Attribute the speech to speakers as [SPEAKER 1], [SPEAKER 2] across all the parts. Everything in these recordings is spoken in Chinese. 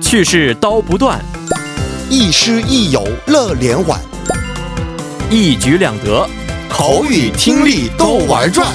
[SPEAKER 1] 去世刀不断，
[SPEAKER 2] 亦师亦友乐连环，
[SPEAKER 1] 一举两得。
[SPEAKER 2] 口语听力都玩转。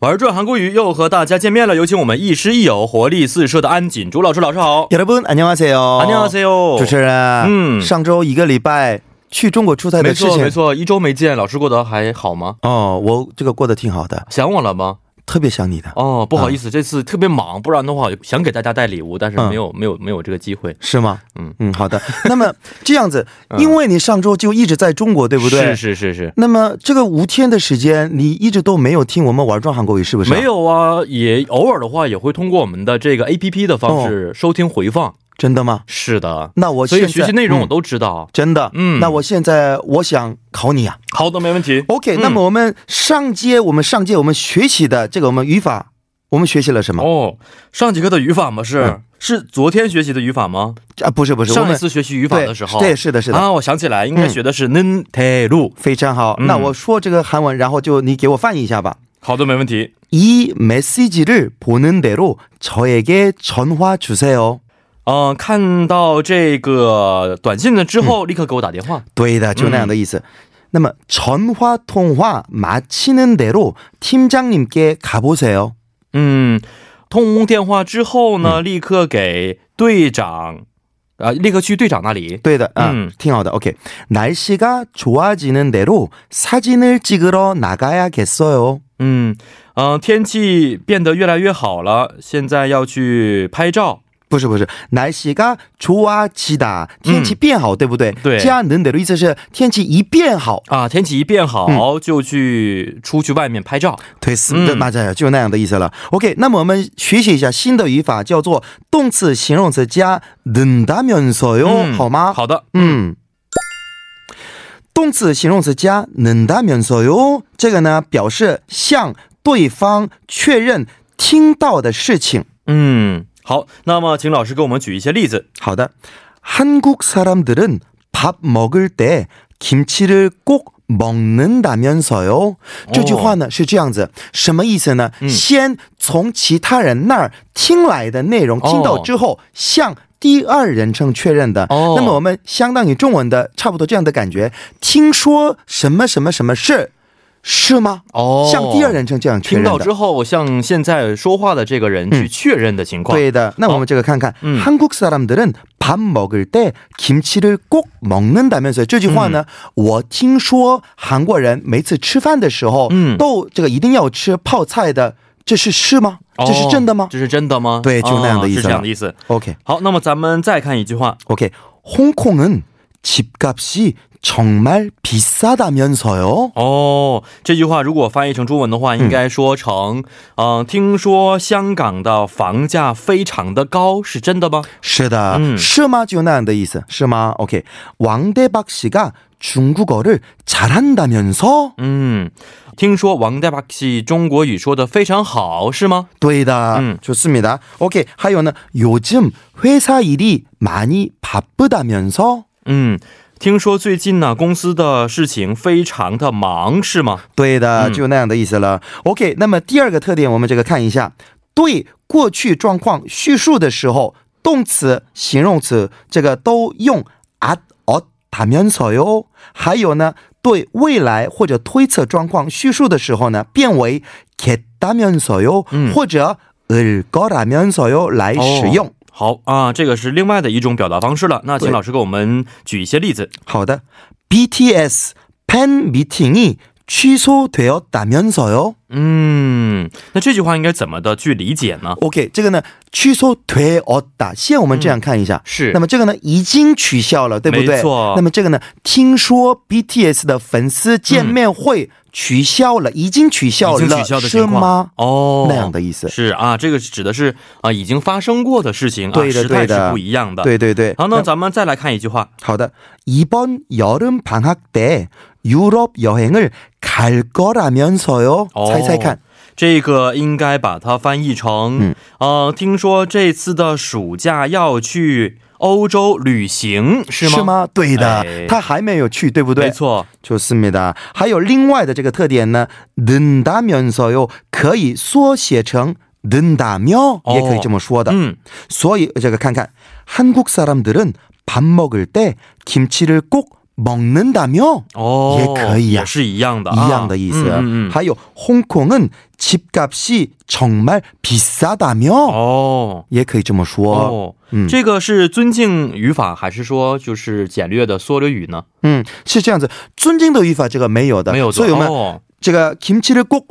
[SPEAKER 1] 玩转韩国语又和大家见面了，有请我们亦师亦友、活力四射的安锦竹老师。老师好，
[SPEAKER 3] 여러분 안녕하세요.
[SPEAKER 1] 안녕하세요。
[SPEAKER 3] 哦主持人，
[SPEAKER 1] 嗯
[SPEAKER 3] 嗯，上周一个礼拜去中国出差
[SPEAKER 1] 没
[SPEAKER 3] 的事
[SPEAKER 1] 错没
[SPEAKER 3] 情，
[SPEAKER 1] 错，一周没见，老师过得还好吗？
[SPEAKER 3] 哦，我这个过得挺好的，
[SPEAKER 1] 想我了吗？
[SPEAKER 3] 特别想你的，
[SPEAKER 1] 哦，不好
[SPEAKER 3] 嗯
[SPEAKER 1] 意思，这次特别忙，不然的话想给大家带礼物，但是没
[SPEAKER 3] 嗯
[SPEAKER 1] 有、没有没有这个机会。
[SPEAKER 3] 是吗？
[SPEAKER 1] 嗯
[SPEAKER 3] 嗯嗯，好的。 那么这样子，因为你上周就一直在中国，对不对？
[SPEAKER 1] 是。是是是。
[SPEAKER 3] 那么这个五天的时间，你一直都没有听我们玩转韩国语，是不是？
[SPEAKER 1] 没，有啊，也偶尔的话也会通过我们的这个 A P P 的方式收听回放。
[SPEAKER 3] 真的吗？
[SPEAKER 1] 是的，
[SPEAKER 3] 那哦嗯我
[SPEAKER 1] 所以
[SPEAKER 3] 现在
[SPEAKER 1] 学习内容我
[SPEAKER 3] 嗯
[SPEAKER 1] 都知道。
[SPEAKER 3] 真的，
[SPEAKER 1] 嗯
[SPEAKER 3] 嗯。那我现在我想考你啊。
[SPEAKER 1] 好的，没问题。
[SPEAKER 3] OK，、
[SPEAKER 1] 嗯
[SPEAKER 3] 那么我们上节我们上节我们学习的这个我们语法，我们学习了什么？
[SPEAKER 1] 哦，上节课的语法吗？是、
[SPEAKER 3] 嗯
[SPEAKER 1] 是昨天学习的语法吗？
[SPEAKER 3] 啊，不是不是，我
[SPEAKER 1] 上一
[SPEAKER 3] 们
[SPEAKER 1] 次学习语法
[SPEAKER 3] 对
[SPEAKER 1] 的时候。
[SPEAKER 3] 对，是的，是嗯的。
[SPEAKER 1] 啊，我想起来，应该学的是 는 a 루。
[SPEAKER 3] 非常好。
[SPEAKER 1] 嗯
[SPEAKER 3] 那我说这个韩文，然后就你给我翻译一下吧。
[SPEAKER 1] 好的，没问题。
[SPEAKER 3] 이 메시지를 보는 대로 저에게 전화 주세요.
[SPEAKER 1] 嗯、看到这个短信了之
[SPEAKER 3] 嗯
[SPEAKER 1] 后，立刻给我打电话。
[SPEAKER 3] 对的,就那样的意思。那么 전화 통화 마치는 대로 팀장님께 가보세요.
[SPEAKER 1] 嗯，通电话之后呢，
[SPEAKER 3] 嗯
[SPEAKER 1] 立刻给队长，啊、立刻去队长那里。
[SPEAKER 3] 对的, 아,
[SPEAKER 1] 음.
[SPEAKER 3] 挺好的. 오케이. 날씨가 좋아지는 대로 사진을 찍으러 나가야겠어요.
[SPEAKER 1] 嗯嗯、呃天气变得越来越好了，现在要去拍照。
[SPEAKER 3] 不是不是, 날씨가 좋아지다. 天气变好,对不对?
[SPEAKER 1] 음。 对。
[SPEAKER 3] 加는 대로 意思是天气一变好,
[SPEAKER 1] 啊，天气一变好、
[SPEAKER 3] 嗯
[SPEAKER 1] 就去出去外面拍照。
[SPEAKER 3] 对，死的
[SPEAKER 1] 嗯
[SPEAKER 3] 那这就那样的意思了。OK，那么我们学习一下新的语法，叫做动词、形容词加는다면서요，
[SPEAKER 1] 嗯
[SPEAKER 3] 哦好吗？，
[SPEAKER 1] 好的，
[SPEAKER 3] 嗯。动词、形容词加는다면서요，这个呢表示向对方确认听到的事情。
[SPEAKER 1] 嗯，好。那么，请老师给我们举一些例子。
[SPEAKER 3] 好的，한국사람들은밥먹을때김치를꼭먹는다면서요。这句话呢是这样子，什么意思呢？先从其他人那儿听来的内容，
[SPEAKER 1] 哦
[SPEAKER 3] 听到之后向。第二人称确认的，
[SPEAKER 1] 哦
[SPEAKER 3] 那么我们相当于中文的差不多这样的感觉。听说什么什么什么事，是吗？
[SPEAKER 1] 哦
[SPEAKER 3] 像第二人称这样确
[SPEAKER 1] 听
[SPEAKER 3] 认的。
[SPEAKER 1] 到之后，向现在说话的这个人去确认的情况。
[SPEAKER 3] 嗯对的，那我们这个看看，韩国사람들은밥먹을때김치를꼭먹는다면서这句话呢，我听说韩国人每次吃饭的时候，
[SPEAKER 1] 嗯
[SPEAKER 3] 都这个一定要吃泡菜的，这是是吗？这是真的
[SPEAKER 1] 哦
[SPEAKER 3] 吗、
[SPEAKER 1] 这是真的吗？
[SPEAKER 3] 对就那样的意思
[SPEAKER 1] 啊是这样的意思。
[SPEAKER 3] o k
[SPEAKER 1] 好，那么咱们再看一句话。
[SPEAKER 3] OK，홍콩은집값이정말비싸다면서요。
[SPEAKER 1] 哦，这句话如果翻译成中文的话，应该说成，嗯、听说香港的房价非常的高，是真的吗？
[SPEAKER 3] 是的，
[SPEAKER 1] 嗯
[SPEAKER 3] 是吗？就那样的意思，是吗？OK，왕대박씨가중국어를잘한다면서？
[SPEAKER 1] 嗯，听说王大巴西中国语说的非常好，是吗？
[SPEAKER 3] 对的,
[SPEAKER 1] 음.
[SPEAKER 3] 좋습니다. 오케이. 하여는 요즘 회사 일이 많이 바쁘다면서?
[SPEAKER 1] 嗯，听说最近呢、公司的事情非常的忙，是吗？
[SPEAKER 3] 对的,
[SPEAKER 1] 음.
[SPEAKER 3] 就那样的意思了. 오케이. 那么第二个特点，我们这个看一下，对过去状况叙述的时候，动词、形容词这个都用 at ot 다면서요. 还有呢，对未来或者推测状况叙述的时候呢，变为 get 다면서요, 或者 을 거라면서요 来使用。
[SPEAKER 1] 好啊，这个是另外的一种表达方式了。那请
[SPEAKER 3] 对
[SPEAKER 1] 老师给我们举一些例子。
[SPEAKER 3] 好的. BTS 팬 미팅이 취소되었다면서요?
[SPEAKER 1] 嗯，那这句话应该怎么的去理解呢？
[SPEAKER 3] OK，这个呢，취소되었다。先我们这样看一下。
[SPEAKER 1] 是
[SPEAKER 3] 那么这个呢，已经取消了，对不对？
[SPEAKER 1] 没错
[SPEAKER 3] 那么这个呢，听说 BTS 的粉丝见面会取消了，已经取消
[SPEAKER 1] 已
[SPEAKER 3] 了，
[SPEAKER 1] 经取消的
[SPEAKER 3] 是
[SPEAKER 1] 情况
[SPEAKER 3] 吗？
[SPEAKER 1] 哦，
[SPEAKER 3] 那样的意思。
[SPEAKER 1] 是啊，这个指的是啊、已经发生过的事情啊，
[SPEAKER 3] 对的
[SPEAKER 1] 时态
[SPEAKER 3] 对的
[SPEAKER 1] 是不一样的。，
[SPEAKER 3] 对对对。
[SPEAKER 1] 好，那咱们再来看一句话。
[SPEAKER 3] 好的. 이번 여름 방학 때 유럽 여행을 갈 거라면서요?
[SPEAKER 1] 哦
[SPEAKER 3] 猜猜看.
[SPEAKER 1] 这个应该把它翻译成，
[SPEAKER 3] 嗯
[SPEAKER 1] 呃，听说这次的暑假要去欧洲旅行，是吗？
[SPEAKER 3] 是吗？对的，
[SPEAKER 1] 哎
[SPEAKER 3] 他还没有去，对不对？
[SPEAKER 1] 네。 没，错，
[SPEAKER 3] 就是米的。还有另外的这个特点呢，는다면서요可以缩写成 는다며
[SPEAKER 1] 어.
[SPEAKER 3] 也可以这么说的。
[SPEAKER 1] 음.
[SPEAKER 3] 所以这个看看한국사람들은밥 먹을 때 김치를 꼭 먹는다며
[SPEAKER 1] 哦，
[SPEAKER 3] 也可以啊。
[SPEAKER 1] 也是一样的，
[SPEAKER 3] 一样的意思。
[SPEAKER 1] 啊嗯嗯嗯
[SPEAKER 3] 还有홍콩은 집값이 정말
[SPEAKER 1] 어。
[SPEAKER 3] 비싸다며
[SPEAKER 1] 哦。
[SPEAKER 3] 也可以这么说。
[SPEAKER 1] 哦，
[SPEAKER 3] 嗯
[SPEAKER 1] 这个是尊敬语法，还是说就是简略的缩略语呢？
[SPEAKER 3] 嗯，是这样子。尊敬的语法这个没有的，
[SPEAKER 1] 没有的
[SPEAKER 3] 所以我们、
[SPEAKER 1] 哦
[SPEAKER 3] 这个 kimchi를 꼭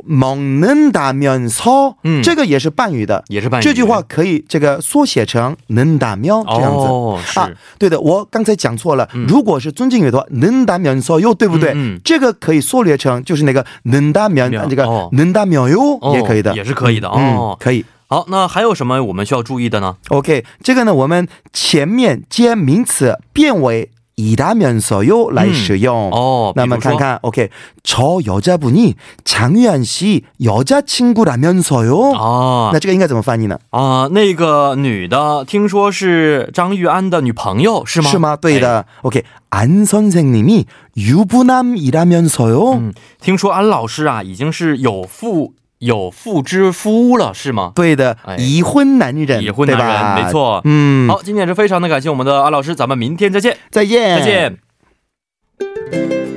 [SPEAKER 3] 먹는다면서，
[SPEAKER 1] 嗯
[SPEAKER 3] 这个也是半语的。
[SPEAKER 1] 也是半语
[SPEAKER 3] 这句话可以这个缩写成 는다며 这样子。
[SPEAKER 1] 哦，是、嗯
[SPEAKER 3] 啊，对的，我刚才讲错了。如果是尊敬语的话，能达면서요，对不对？
[SPEAKER 1] 嗯嗯
[SPEAKER 3] 这个可以缩略成就是那个能达면
[SPEAKER 1] 秒
[SPEAKER 3] 这个
[SPEAKER 1] 哦
[SPEAKER 3] 能达면
[SPEAKER 1] 哦
[SPEAKER 3] 요也可以的，
[SPEAKER 1] 也是可以的
[SPEAKER 3] 嗯
[SPEAKER 1] 哦，
[SPEAKER 3] 可以。
[SPEAKER 1] 好，那还有什么我们需要注意的呢？
[SPEAKER 3] OK，这个呢，我们前面接名词变为이다면서요来使用。
[SPEAKER 1] 哦，
[SPEAKER 3] 那么
[SPEAKER 1] 比如
[SPEAKER 3] 看
[SPEAKER 1] 说
[SPEAKER 3] 看，OK，저여자분이장유한씨여자친구라면서요、
[SPEAKER 1] 아.
[SPEAKER 3] 뭐,
[SPEAKER 1] 啊
[SPEAKER 3] 那这个应该怎么翻译呢？
[SPEAKER 1] 啊，那个女的听说是张玉安的女朋友是吗？哎
[SPEAKER 3] 是吗？对的。OK，안선생님이유부남이라면서요。
[SPEAKER 1] 嗯，听说安老师啊已经是有妇有妇之夫了是吗？
[SPEAKER 3] 对的
[SPEAKER 1] 哎，
[SPEAKER 3] 已婚男人，
[SPEAKER 1] 已婚男人
[SPEAKER 3] 对吧
[SPEAKER 1] 没错
[SPEAKER 3] 嗯，， 예. 哎
[SPEAKER 1] 好，今天也是非常的感谢我们的安老师，咱们明天再见，
[SPEAKER 3] 再见，
[SPEAKER 1] 再见。